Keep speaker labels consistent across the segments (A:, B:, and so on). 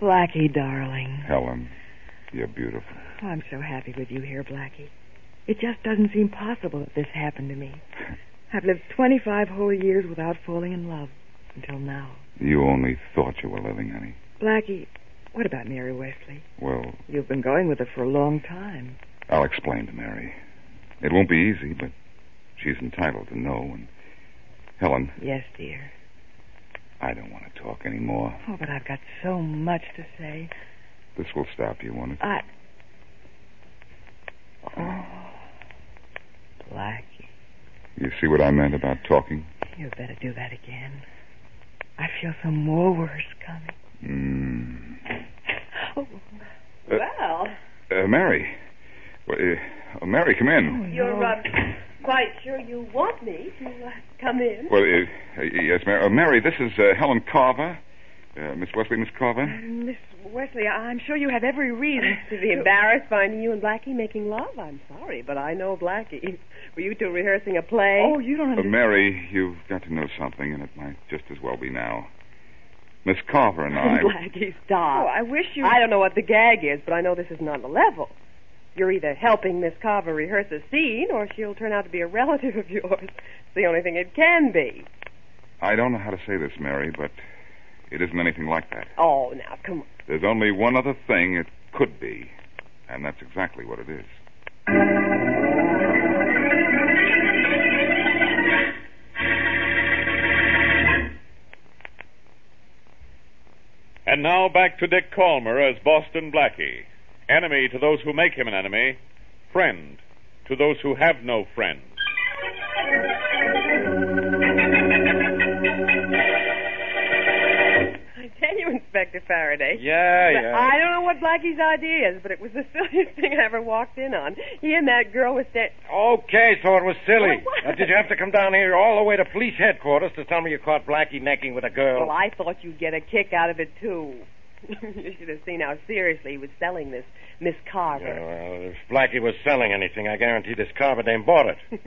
A: Blackie, darling.
B: Helen, you're beautiful.
A: Oh, I'm so happy with you here, Blackie. It just doesn't seem possible that this happened to me. I've lived 25 whole years without falling in love until now.
B: You only thought you were living, honey.
A: Blackie, what about Mary Wesley?
B: Well,
A: You've been going with her for a long time.
B: I'll explain to Mary. It won't be easy, but she's entitled to know. And Helen,
A: Yes, dear.
B: I don't want to talk anymore.
A: Oh, but I've got so much to say.
B: This will stop you, won't it?
A: I. Oh. Blackie,
B: You see what I meant about talking?
A: you better do that again. I feel some more worse coming.
B: Mm.
A: Oh. Well.
B: Uh, Mary. Well, uh, Mary, come in.
C: You're uh, quite sure you want me to uh, come in?
B: Well, uh, uh, yes, Mary. Uh, Mary, this is uh, Helen Carver. Uh, Miss Wesley, Miss Carver.
A: Miss Wesley, I'm sure you have every reason
C: To be embarrassed finding you and Blackie making love, I'm sorry, but I know Blackie. Were you two rehearsing a play?
A: Oh, you don't
B: Uh,
A: understand.
B: Mary, you've got to know something, and it might just as well be now. Miss Carver and I.
C: Blackie, stop.
A: Oh, I wish you.
C: I don't know what the gag is, but I know this is not the level. You're either helping Miss Carver rehearse a scene, or she'll turn out to be a relative of yours. It's the only thing it can be.
B: I don't know how to say this, Mary, but it isn't anything like that.
C: Oh, now, come on.
B: There's only one other thing it could be, and that's exactly what it is.
D: And now back to Dick Calmer as Boston Blackie. Enemy to those who make him an enemy, friend to those who have no friends.
C: I tell you, Inspector Faraday.
D: Yeah,
C: But I don't know what Blackie's idea is, but it was the silliest thing I ever walked in on. He and that girl were standing.
E: Okay, so it was silly.
C: It was.
E: Now, did you have to come down here all the way to police headquarters to tell me you caught Blackie necking with a girl?
C: Well, I thought you'd get a kick out of it too. you should have seen how seriously he was selling this Miss
E: Yeah,
C: Carver.
E: well, if Blackie was selling anything, I guarantee this Carver dame bought it.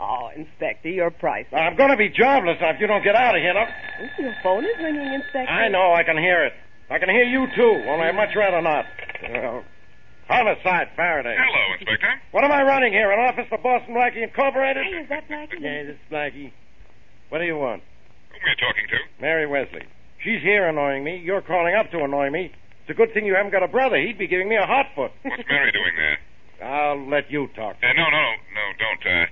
C: oh, Inspector, you're priceless.
E: I'm going to be jobless now if you don't get out of here. Now,
C: Your phone is ringing, Inspector.
E: I know. I can hear it. I can hear you too. Only I'd much rather not. Uh, homicide, Faraday.
B: Hello, Inspector.
E: What am I running here? An office for Boston Blackie Incorporated?
C: Hey, is that Blackie?
E: Yeah, this is Blackie. What do you want?
B: Whom are you talking to?
E: Mary Wesley. She's here annoying me. You're calling up to annoy me. It's a good thing you haven't got a brother. He'd be giving me a hot foot.
B: What's Mary doing there?
E: I'll let you talk.
B: Uh, no, no, no, no, don't. Uh,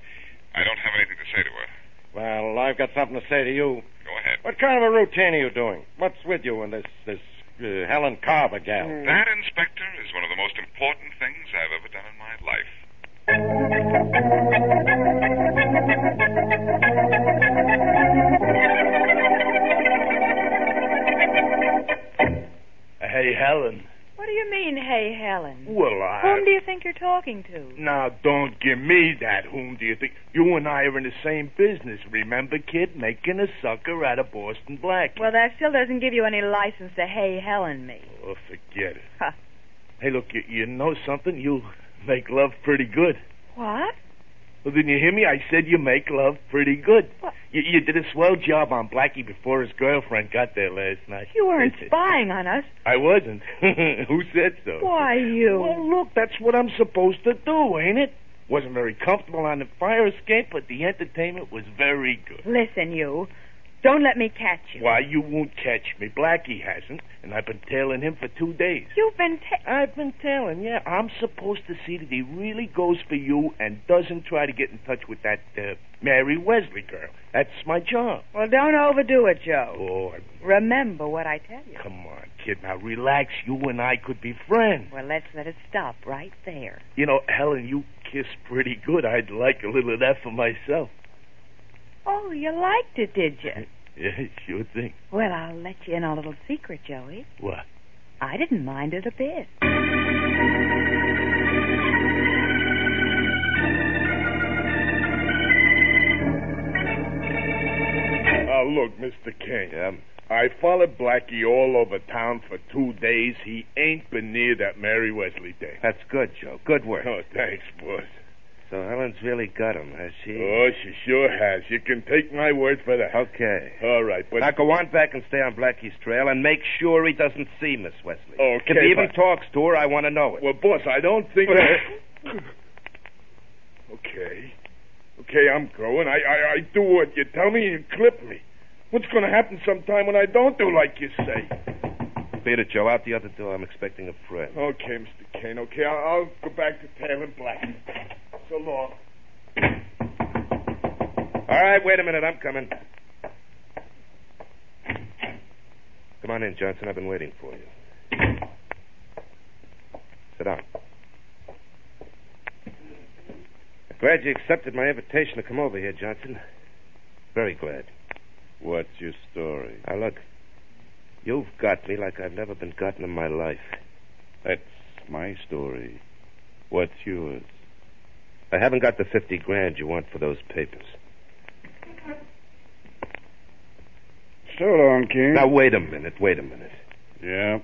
B: I don't have anything to say to her.
E: Well, I've got something to say to you.
B: Go ahead.
E: What kind of a routine are you doing? What's with you and this this uh, Helen Carver gal?
C: Mm.
B: That, Inspector, is one of the most important things I've ever done in my life.
F: Hey, Helen.
G: What do you mean, hey, Helen?
F: Well, I.
G: Whom do you think you're talking to?
F: Now, don't give me that. Whom do you think? You and I are in the same business, remember, kid? Making a sucker out of Boston Black.
G: Well, that still doesn't give you any license to hey, Helen me.
F: Oh, forget it.
G: Huh.
F: Hey, look, you, you know something? You make love pretty good.
G: What?
F: Well, didn't you hear me? I said you make love pretty good.
C: What?
F: You, you did a swell job on Blackie before his girlfriend got there last night.
G: You weren't
F: That's it.
G: spying on us.
F: I wasn't. Who said so?
G: Why, you.
F: Well, look, that's what I'm supposed to do, ain't it? Wasn't very comfortable on the fire escape, but the entertainment was very good.
G: Listen, you. Don't let me catch you.
F: Why, you won't catch me. Blackie hasn't, and I've been tailing him for two days.
G: You've been. Ta-
F: I've been telling, yeah. I'm supposed to see that he really goes for you and doesn't try to get in touch with that uh, Mary Wesley girl. That's my job.
G: well, don't overdo it, Joe.
F: Oh,
G: Remember what I tell you.
F: come on, kid. Now relax. You and I could be friends.
G: Well, let's let it stop right there.
F: You know, Helen, you kiss pretty good. I'd like a little of that for myself.
G: Oh, you liked it, did you?
F: Yeah, sure thing.
G: Well, I'll let you in on a little secret, Joey.
F: What?
G: I didn't mind it a bit.
F: Uh, look, Mr. King. I followed Blackie all over town for two days. He ain't been near that Mary Wesley thing.
H: That's good, Joe. Good work.
F: Oh, thanks, boss.
H: So Helen's really got him, has she?
F: Oh, she sure has. You can take my word for that.
H: Okay.
F: All right, but
H: Now go on back and stay on Blackie's trail and make sure he doesn't see Miss Wesley.
F: Okay,
H: If he even
F: but-
H: talks to her, I want to know it.
F: well, boss, I don't think. okay, okay, I'm going. I, I I do what you tell me. You clip me. What's going to happen sometime when I don't do like you say?
H: Beat it, Joe. Out the other door. I'm expecting a friend.
F: Okay, Mr. Kane. Okay, I'll, I'll go back to Taylor Black. So long.
H: All right, wait a minute. I'm coming. Come on in, Johnson. I've been waiting for you. Sit down. Glad you accepted my invitation to come over here, Johnson. Very glad.
B: What's your story?
H: Now, look, you've got me like I've never been gotten in my life.
B: That's my story. What's yours?
H: I haven't got the 50 grand you want for those papers.
B: So long, King.
H: Now, wait a minute, wait a minute.
B: Hmm? Yeah.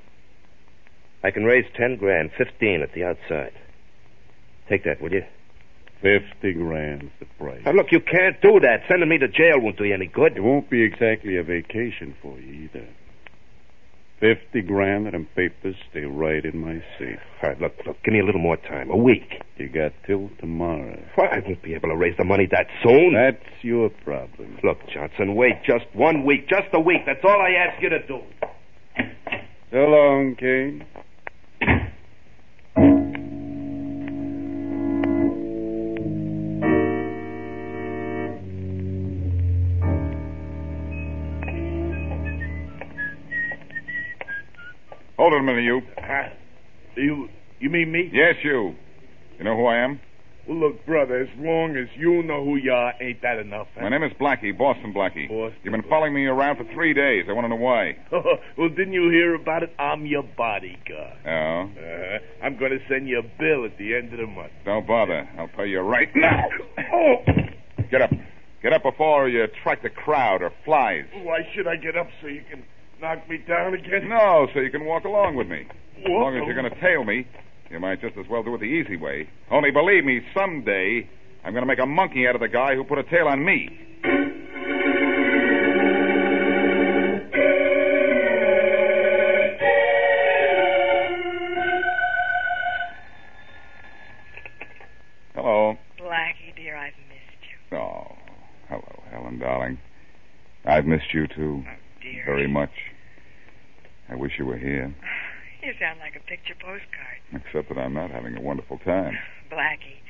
H: I can raise 10 grand, 15 at the outside. Take that, will you?
B: Fifty grand's the price.
H: Now, look, you can't do that. Sending me to jail won't do you any good.
B: It won't be exactly a vacation for you either. Fifty grand and them papers stay right in my safe.
H: All right, look, look, give me a little more time. A week.
B: You got till tomorrow.
H: Well, I won't be able to raise the money that soon.
B: That's your problem.
H: Look, Johnson, wait just one week. Just a week. That's all I ask you to do.
B: So long, King. Hold it a minute, you.
F: Huh? You you mean me?
B: Yes, you. You know who I am?
F: Well, look, brother, as long as you know who you are, ain't that enough? huh?
B: My name is Blackie, Boston Blackie.
F: Boston
B: You've been
F: Blackie.
B: following me around for three days. I want to know why.
F: well, didn't you hear about it? I'm your bodyguard.
B: Oh,
F: Uh, I'm going to send you a bill at the end of the month.
B: don't bother. I'll pay you right now. Get up. Get up before you attract the crowd or flies.
F: Why should I get up so you can knock me down again?
B: No, so you can walk along with me. As
F: Whoa.
B: long as you're going to tail me, you might just as well do it the easy way. Only believe me, someday I'm going to make a monkey out of the guy who put a tail on me. Hello.
G: Blackie, dear, I've missed you.
B: Oh, hello, Helen, darling. I've missed you too,
G: Dear.
B: very much. I wish you were here,
G: You sound like a picture postcard.
B: except that I'm not having a wonderful time.
G: Blackie,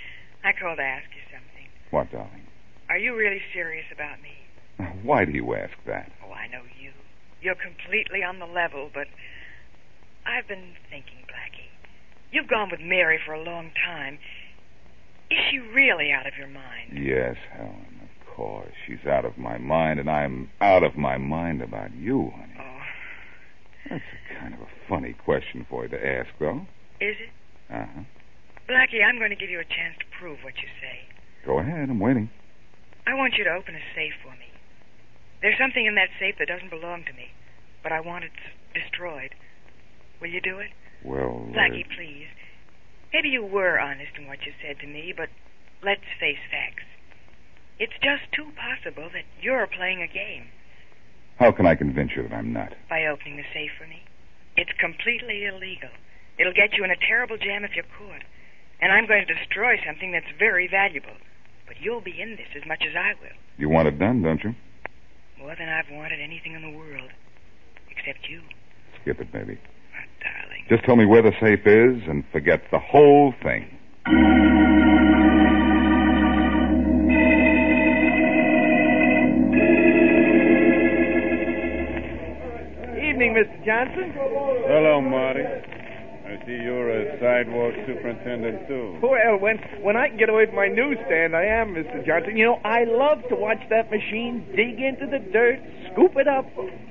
G: I called to ask you something.
B: What, darling?
G: Are you really serious about me?
B: Why do you ask that?
G: Oh, I know you. You're completely on the level, but I've been thinking, Blackie. You've gone with Mary for a long time. Is she really out of your mind?
B: Yes, Helen, of course. She's out of my mind, and I'm out of my mind about you, honey.
G: Oh,
B: That's a kind of a funny question for you to ask, though.
G: is it?
B: Uh huh.
G: Blackie, I'm going to give you a chance to prove what you say.
B: Go ahead, I'm waiting.
G: I want you to open a safe for me. There's something in that safe that doesn't belong to me, but I want it s- destroyed. Will you do it?
B: Well, uh,
G: Blackie, please. Maybe you were honest in what you said to me, but
C: Let's face facts. It's just too possible that you're playing a game
B: How can I convince you that I'm not?
C: by opening the safe for me. It's completely illegal. It'll get you in a terrible jam if you're caught. And I'm going to destroy something that's very valuable. But you'll be in this as much as I will.
B: You want it done, don't you?
C: More than I've wanted anything in the world. Except you,
B: Skip it, baby.
C: my darling.
B: Just tell me where the safe is and forget the whole thing.
E: Evening, Mr. Johnson.
I: Hello, Marty. I see you're a sidewalk superintendent, too.
E: Well, when when I can get away from my newsstand, I am, Mr. Johnson. You know, I love to watch that machine dig into the dirt, scoop it up,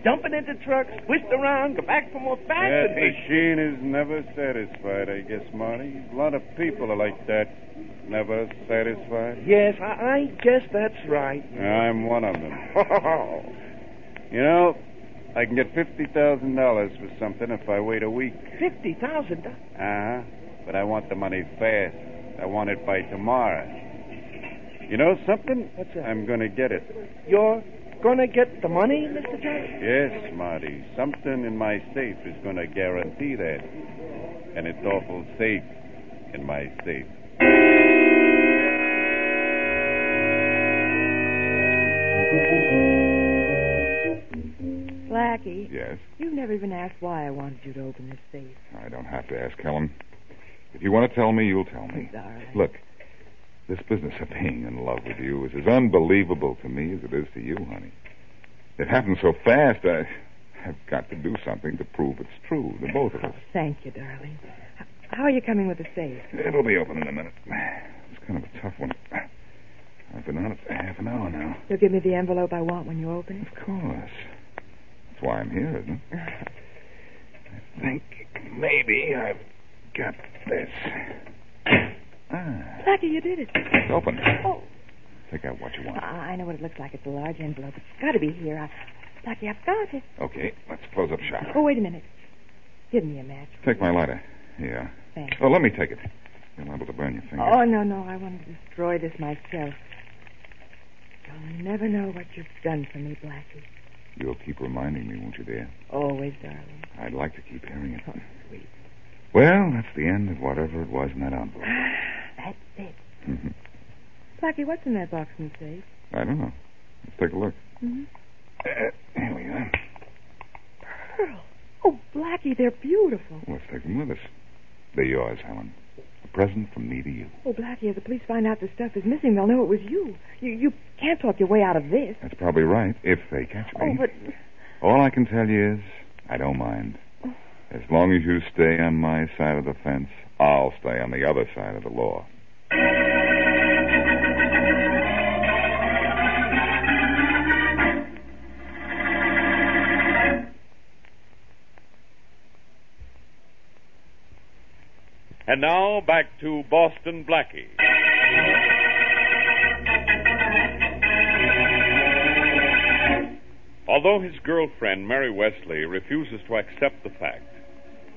E: dump it into trucks, twist around, go back for more
I: That
E: fascinating.
I: machine is never satisfied, I guess, Marty. A lot of people are like that. Never satisfied.
E: Yes, I, I guess that's right.
I: I'm one of them. You know, I can get $50,000 for something if I wait a week.
E: Fifty thousand.
I: Uh huh. But I want the money fast. I want it by tomorrow. You know something? What's that? I'm going to get it.
E: You're gonna get the money, Mr. Johnson?
I: Yes, Marty. Something in my safe is going to guarantee that. And it's awful safe in my safe.
G: Blackie,
B: Yes?
G: you've never even asked why I wanted you to open this safe.
B: I don't have to ask Helen. If you want to tell me, you'll tell me.
G: Darling.
B: Look, this business of being in love with you is as unbelievable to me as it is to you, honey. It happened so fast, I, I've got to do something to prove it's true to both of us.
G: Thank you, darling. H- How are you coming with the safe?
B: It'll be open in a minute. It's kind of a tough one. I've been on it for half an hour now.
G: You'll give me the envelope I want when you open it?
B: Of course. That's why I'm here, isn't it? I think maybe I've got this. Ah,
G: Blackie, you did it.
B: it's open.
G: Oh.
B: Take out what you want.
G: I I know what it looks like. It's a large envelope. It's got to be here. I... Blackie, I've got it.
B: Okay, let's close up shop.
G: Oh, wait a minute. Give me a match.
B: Take my lighter. Yeah.
G: Thanks.
B: Oh, let me take it. You're liable to burn your fingers.
G: Oh, no, no. I want to destroy this myself. You'll never know what you've done for me, Blackie.
B: You'll keep reminding me, won't you, dear?
G: Always, darling.
B: I'd like to keep hearing it.
G: Oh.
B: Well, that's the end of whatever it was in that envelope.
G: That's it.
B: Mm-hmm.
G: Blackie, what's in that box in the safe?
B: I don't know. Let's take a look.
G: Mm-hmm.
B: Uh, here we are.
G: Pearl. Oh, Blackie, they're beautiful.
B: Let's take them with us. They're yours, Helen. A present from me to you.
G: Oh, Blackie, if the police find out this stuff is missing, they'll know it was you. You you can't talk your way out of this.
B: That's probably right, if they catch
G: Oh,
B: me.
G: but
B: All I can tell you is, I don't mind.
G: Oh.
B: As long as you stay on my side of the fence, I'll stay on the other side of the law.
F: And now back to Boston Blackie. Although his girlfriend, Mary Wesley, refuses to accept the fact,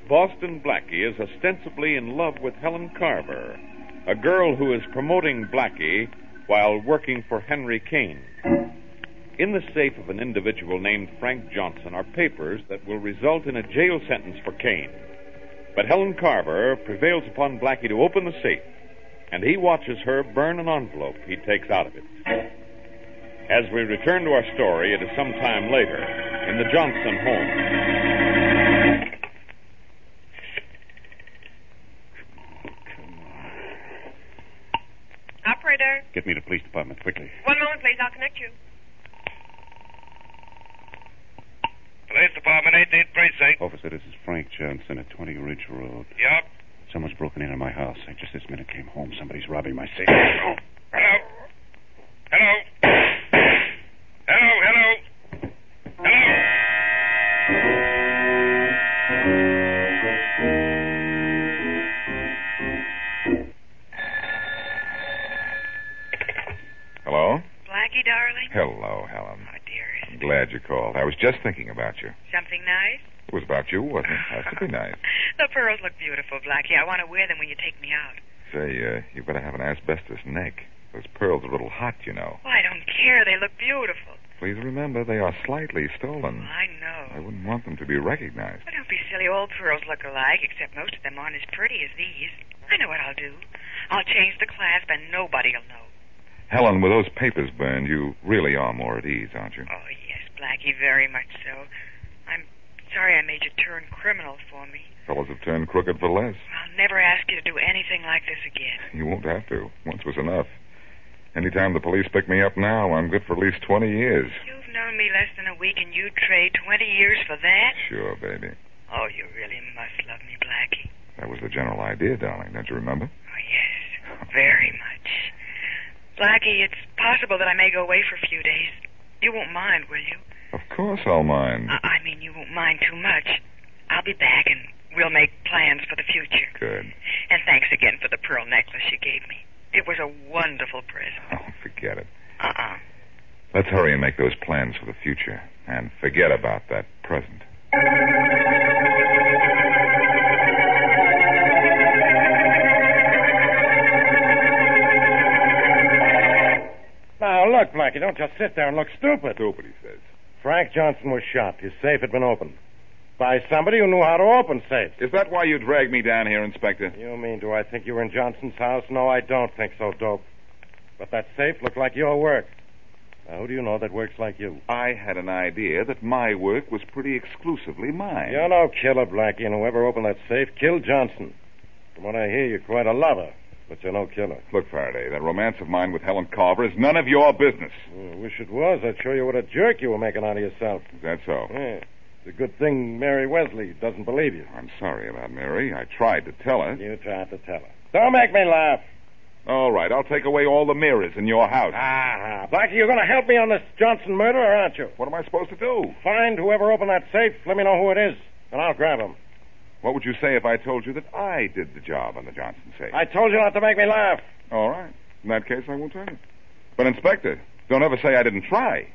F: Boston Blackie is ostensibly in love with Helen Carver, a girl who is promoting Blackie while working for Henry Kane. In the safe of an individual named Frank Johnson are papers that will result in a jail sentence for Kane. But Helen Carver prevails upon Blackie to open the safe, and he watches her burn an envelope he takes out of it. As we return to our story, it is some time later in the Johnson home.
J: Operator,
K: Get me to the police department quickly.
J: one moment, please. I'll connect you.
L: Police Department, 18th Precinct.
K: Officer, this is Frank Johnson at 20 Ridge Road.
L: Yep.
K: Someone's broken into my house. I just this minute came home. Somebody's robbing my safe.
L: Hello. Hello. Hello, hello.
B: Hello?
C: Blackie, darling?
B: Hello, Helen.
C: My dearest.
B: I'm glad you called. I was just thinking about you.
C: Something nice?
B: It was about you, wasn't it? Has to be nice.
C: The pearls look beautiful, Blackie. I want to wear them when you take me out.
B: Say, uh, you better have an asbestos neck. Those pearls are a little hot, you know.
C: Well, I don't care. They look beautiful.
B: Please remember, they are slightly stolen.
C: I
B: I
C: know.
B: wouldn't want them to be recognized.
C: But don't be silly. All pearls look alike, except most of them aren't as pretty as these. I know what I'll do. I'll change the clasp, and nobody'll know.
B: Helen, with those papers burned, you really are more at ease, aren't you?
C: Oh, yes, Blackie, very much so. I'm sorry I made you turn criminal for me.
B: Fellas have turned crooked for less.
C: I'll never ask you to do anything like this again.
B: You won't have to. Once was enough. Anytime the police pick me up now, I'm good for at least 20 years.
C: You've known me less than a week, and you'd trade 20 years for that?
B: Sure, baby.
C: Oh, you really must love me, Blackie.
B: That was the general idea, darling. Don't you remember?
C: Oh, yes, very much. Blackie, it's possible that I may go away for a few days. You won't mind, will you?
B: Of course I'll mind.
C: I, I mean, you won't mind too much. I'll be back, and we'll make plans for the future.
B: Good.
C: And thanks again for the pearl necklace you gave me. It was a wonderful present.
B: Oh, forget it.
C: Uh-uh.
B: Let's hurry and make those plans for the future and forget about that present.
E: Now, look, Blackie, don't just sit there and look stupid.
B: Stupid, he says.
E: Frank Johnson was shot. His safe had been opened. By somebody who knew how to open safes.
B: Is that why you dragged me down here, Inspector?
E: You mean, do I think you were in Johnson's house? No, I don't think so, dope. But that safe looked like your work. Now, who do you know that works like you?
B: I had an idea that my work was pretty exclusively mine.
E: You're no killer, Blackie, and whoever opened that safe killed Johnson. From what I hear, you're quite a lover, but you're no killer.
B: Look, Faraday, that romance of mine with Helen Carver is none of your business.
E: Oh, I wish it was. I'd show you what a jerk you were making out of yourself.
B: Is that so?
E: Yeah. It's a good thing Mary Wesley doesn't believe you.
B: I'm sorry about Mary. I tried to tell her.
E: You tried to tell her. Don't make me laugh.
B: All right, I'll take away all the mirrors in your house.
E: Ah, Blackie, you're going to help me on this Johnson murder, aren't you?
B: What am I supposed to do?
E: Find whoever opened that safe. Let me know who it is, and I'll grab him.
B: What would you say if I told you that I did the job on the Johnson safe?
E: I told you not to make me laugh.
B: All right. In that case, I won't tell you. But, Inspector, don't ever say I didn't try.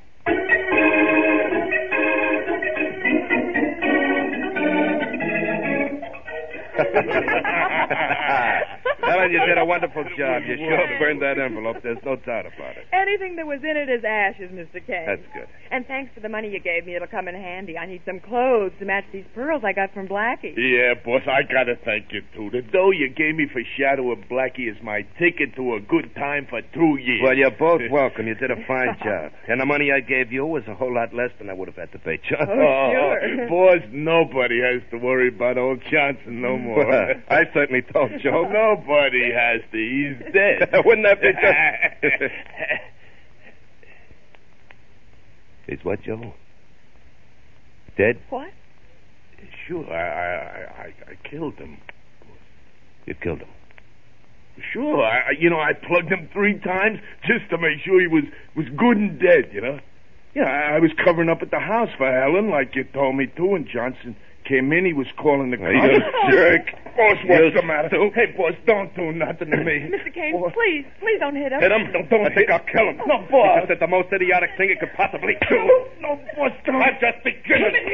F: Helen, you did a wonderful job. You should have burned that envelope. There's no doubt about it.
G: Anything that was in it is ashes, Mr. Kane.
F: That's good.
G: And thanks for the money you gave me. It'll come in handy. I need some clothes to match these pearls I got from Blackie.
F: Yeah, boss, I gotta thank you too. The dough you gave me for Shadow of Blackie is my ticket to a good time for two years.
H: Well, you're both welcome. You did a fine job. And the money I gave you was a whole lot less than I would have had to pay John.
G: Oh, sure.
F: boss, nobody has to worry about old Johnson no more.
H: I certainly don't, Joe.
F: Nobody has to. He's dead.
H: Wouldn't that be just... Is what, Joe? Dead?
G: What?
F: Sure, I, I, I, I killed him.
H: You killed him.
F: Sure, I, I- you know, I plugged him three times just to make sure he was was good and dead. You know. Yeah, I, I was covering up at the house for Helen, like you told me to, and Johnson came in. He was calling the cops.
H: you jerk.
F: Boss,
H: You
F: what's the matter? Hey, boss, don't do nothing to me.
G: Mr. Kane, please, please don't hit him.
H: Hit him? Don't, don't I think I'll kill him.
G: No, boss.
H: Because it's the most idiotic thing it could possibly do.
G: No, boss, don't.
H: I'm just beginning.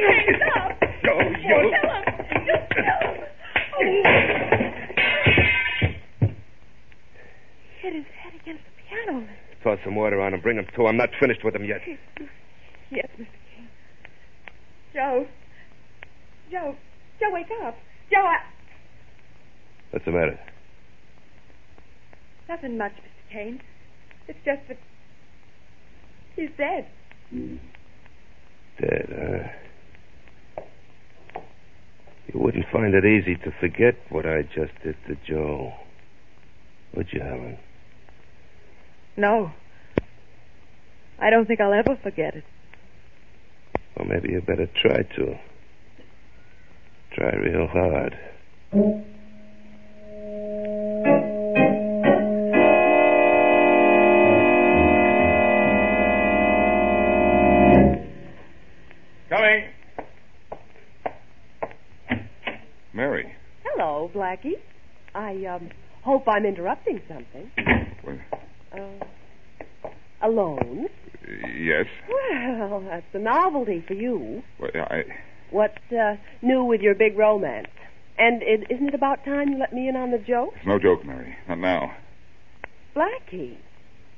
G: Mr. Kane, stop.
H: Go, you.
C: Hit his head against the piano.
H: Toss some water on him. Bring him to. I'm not finished with him yet.
G: Yes, Mr. King. Joe. Joe. Joe, wake up. Joe, I...
H: What's the matter?
G: Nothing much, Mr. Kane. It's just that... He's dead.
H: Dead, huh? uh, You wouldn't find it easy to forget what I just did to Joe. Would you, Helen?
M: No. I don't think I'll ever forget it.
H: Well, maybe you better try to. Try real hard.
N: Coming.
B: Mary,
G: Hello, Blackie. I, um, hope I'm interrupting something.
B: well,
G: Uh, alone?
B: yes.
G: Well, that's a novelty for you.
B: Well, I,
G: What's uh, new with your big romance?
C: And it, isn't it about time you let me in on the joke?
B: It's no joke, Mary. Not now.
C: Blackie,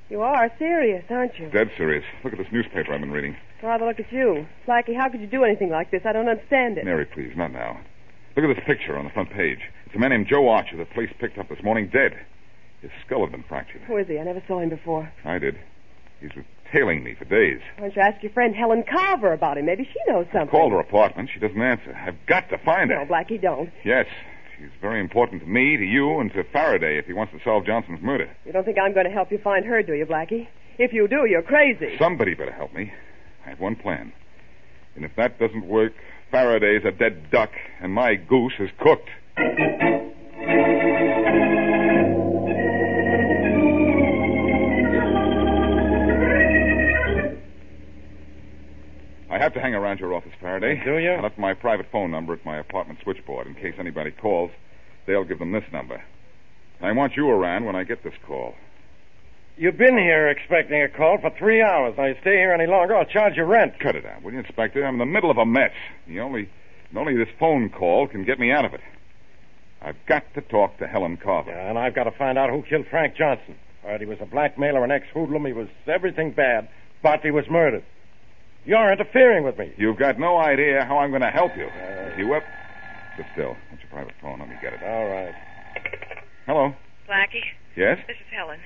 C: you are serious, aren't you?
B: Dead serious. Look at this newspaper I've been reading.
C: Father, look at you. Blackie, how could you do anything like this? I don't understand it.
B: Mary, please, not now. Look at this picture on the front page. It's a man named Joe Archer the police picked up this morning dead. His skull had been fractured.
C: Who is he? I never saw him before.
B: I did. He's been tailing me for days.
C: Why don't you ask your friend Helen Carver about him? Maybe she knows something.
B: Called her apartment. She doesn't answer. I've got to find
C: No,
B: her.
C: Blackie, don't.
B: Yes. She's very important to me, to you, and to Faraday if he wants to solve Johnson's murder.
C: You don't think I'm going to help you find her, do you, Blackie? If you do, you're crazy.
B: Somebody better help me. I have one plan. And if that doesn't work, Faraday's a dead duck, and my goose is cooked. I have to hang around your office, Faraday. Do you? I left my private phone number at my apartment switchboard in case anybody calls. They'll give them this number. I want you around when I get this call.
E: You've been here expecting a call for three hours. Now you stay here any longer, I'll charge you rent.
B: Cut it out, will you, Inspector? I'm in the middle of a mess. The only, and only this phone call can get me out of it. I've got to talk to Helen Carver.
E: Yeah, and I've got to find out who killed Frank Johnson. All right, he was a blackmailer, an ex-hoodlum. He was everything bad, but he was murdered. You're interfering with me.
B: You've got no idea how I'm going to help you. you up? Sit still. That's your private phone. Let me get it.
E: All right.
B: Hello.
G: Blackie?
B: Yes?
G: This is Helen.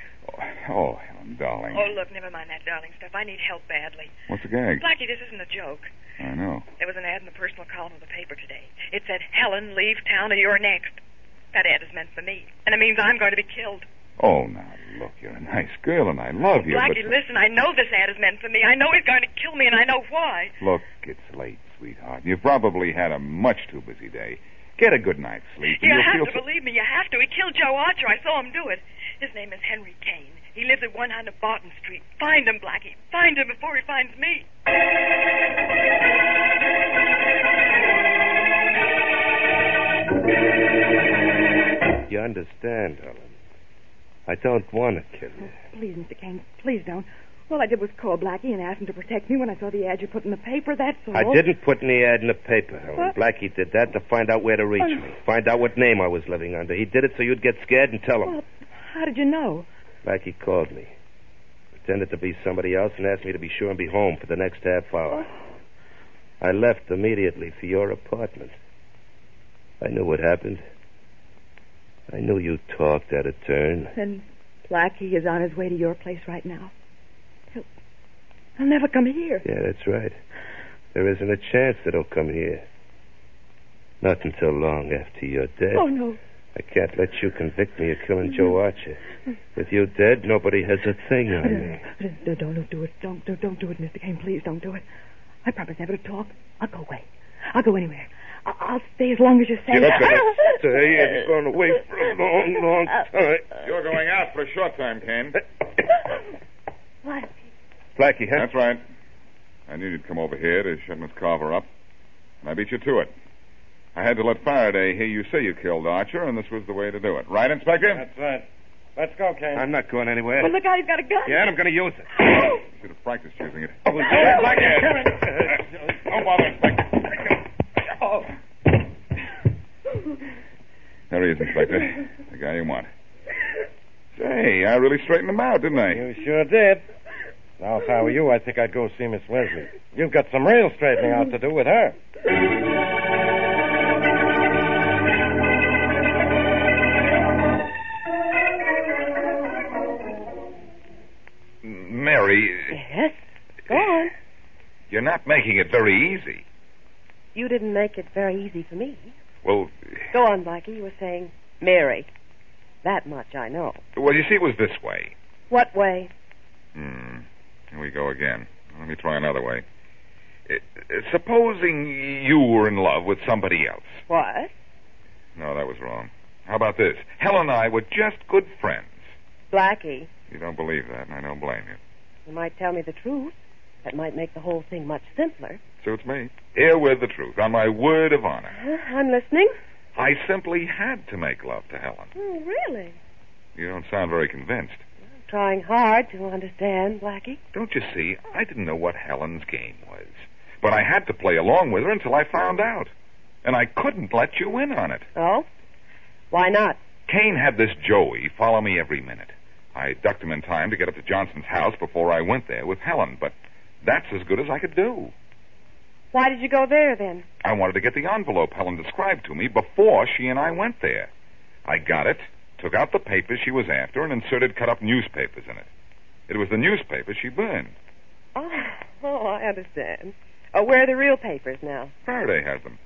B: Oh, Helen, darling.
G: Oh, look, never mind that darling stuff. I need help badly.
B: What's the gag?
G: Blackie, this isn't a joke.
B: I know.
G: There was an ad in the personal column of the paper today. It said, Helen, leave town or you're next. That ad is meant for me, and it means I'm going to be killed.
B: Oh, now look, you're a nice girl, and I love you.
G: Blackie,
B: but...
G: listen, I know this ad is meant for me. I know he's going to kill me, and I know why.
B: Look, it's late, sweetheart. You've probably had a much too busy day. Get a good night's sleep. and
G: you
B: you'll
G: have
B: feel
G: to
B: so-
G: believe me. You have to. He killed Joe Archer. I saw him do it. His name is Henry Kane. He lives at 100 Barton Street. Find him, Blackie. Find him before he finds me.
H: You understand, Helen. I don't want to kill you.
A: Please, Mr. Kane, please don't. All I did was call Blackie and ask him to protect me when I saw the ad you put in the paper. That's all.
H: I didn't put any ad in the paper, Helen.
A: What?
H: Blackie did that to find out where to reach me, find out what name I was living under. He did it so you'd get scared and tell him.
A: Well, how did you know?
H: Blackie called me, pretended to be somebody else, and asked me to be sure and be home for the next half hour. I left immediately for your apartment. I knew what happened. I knew you talked out of turn.
A: Then Blackie is on his way to your place right now. He'll, he'll never come here.
H: Yeah, that's right. There isn't a chance that he'll come here. Not until long after you're dead.
A: Oh, no.
H: I can't let you convict me of killing Joe Archer. With you dead, nobody has a thing on me.
A: Don't, don't, don't do it. Don't, don't, don't do it, Mr. Kane. Please don't do it. I promise never to talk. I'll go away. I'll go anywhere. I- I'll stay as long as you say.
H: You're not gonna stay if you're going away for a long, long time.
B: You're going out for a short time, Kane.
A: What?
H: Blackie, huh?
B: That's right. I knew you'd come over here to shut Miss Carver up, and I beat you to it. I had to let Faraday hear you say you killed Archer, and this was the way to do it. Right, Inspector?
E: That's right. Let's go, Kane.
H: I'm not going anywhere.
A: Well, look out. He's got a gun.
H: Yeah, and I'm going to use it.
B: Should have practiced using it.
H: Oh,
B: yeah, Blackie,
H: yeah.
B: come Don't bother, Inspector. Oh. There he is, Inspector. The guy you want. Say, I really straightened him out, didn't I?
E: You sure did. Now, if I were you, I think I'd go see Miss Leslie. You've got some real straightening out to do with her.
O: Mary,
C: Yes? Go on.
O: you're not making it very easy.
C: You didn't make it very easy for me.
O: Well,
C: Go on, Blackie. You were saying Mary. That much I know.
B: Well, you see, it was this way.
C: What way?
B: Hmm. Here we go again. Let me try another way. Uh, uh, Supposing you were in love with somebody else.
C: What?
B: No, that was wrong. How about this? Helen and I were just good friends.
C: Blackie,
B: You don't believe that, and I don't blame you.
C: you might tell me the truth. That might make the whole thing much simpler.
B: Suits me. Here with the truth, on my word of honor.
C: Huh? I'm listening.
B: I simply had to make love to Helen.
C: Oh, really?
B: You don't sound very convinced.
C: Trying hard to understand, Blackie.
B: Don't you see? I didn't know what Helen's game was. But I had to play along with her until I found out. and I couldn't let you in on it.
C: Oh? Why not?
B: Kane had this Joey follow me every minute. I ducked him in time to get up to Johnson's house before I went there with Helen, but that's as good as I could do.
C: Why did you go there then?
B: I wanted to get the envelope Helen described to me before she and I went there. I got it, took out the papers she was after, and inserted cut up newspapers in it. It was the newspaper she burned.
C: Oh, oh I understand. Oh, where are the real papers now?
B: Faraday has them.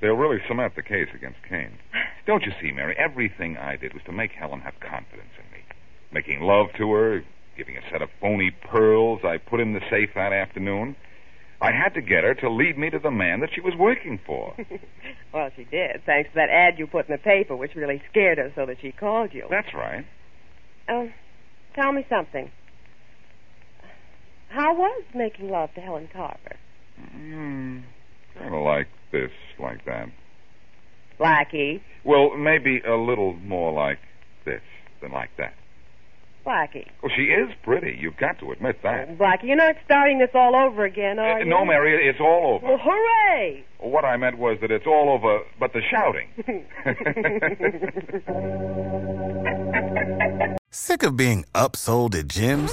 B: They'll really cement the case against Kane. Don't you see, Mary? Everything I did was to make Helen have confidence in me. Making love to her, giving a set of phony pearls I put in the safe that afternoon. I had to get her to lead me to the man that she was working for.
C: well, she did, thanks to that ad you put in the paper, which really scared her so that she called you.
B: That's right.
C: Um, tell me something. How was making love to Helen Carver?
B: Mm, kind of like this, like that.
C: Blackie.
B: Well, maybe a little more like this than like that.
C: Blackie.
B: Well, she is pretty. You've got to admit that.
C: Blackie, you're not starting this all over again, are
B: Uh,
C: you?
B: no, Mary, it's all over.
C: Well, hooray!
B: What I meant was that it's all over, but the shouting.
F: Sick of being upsold at gyms?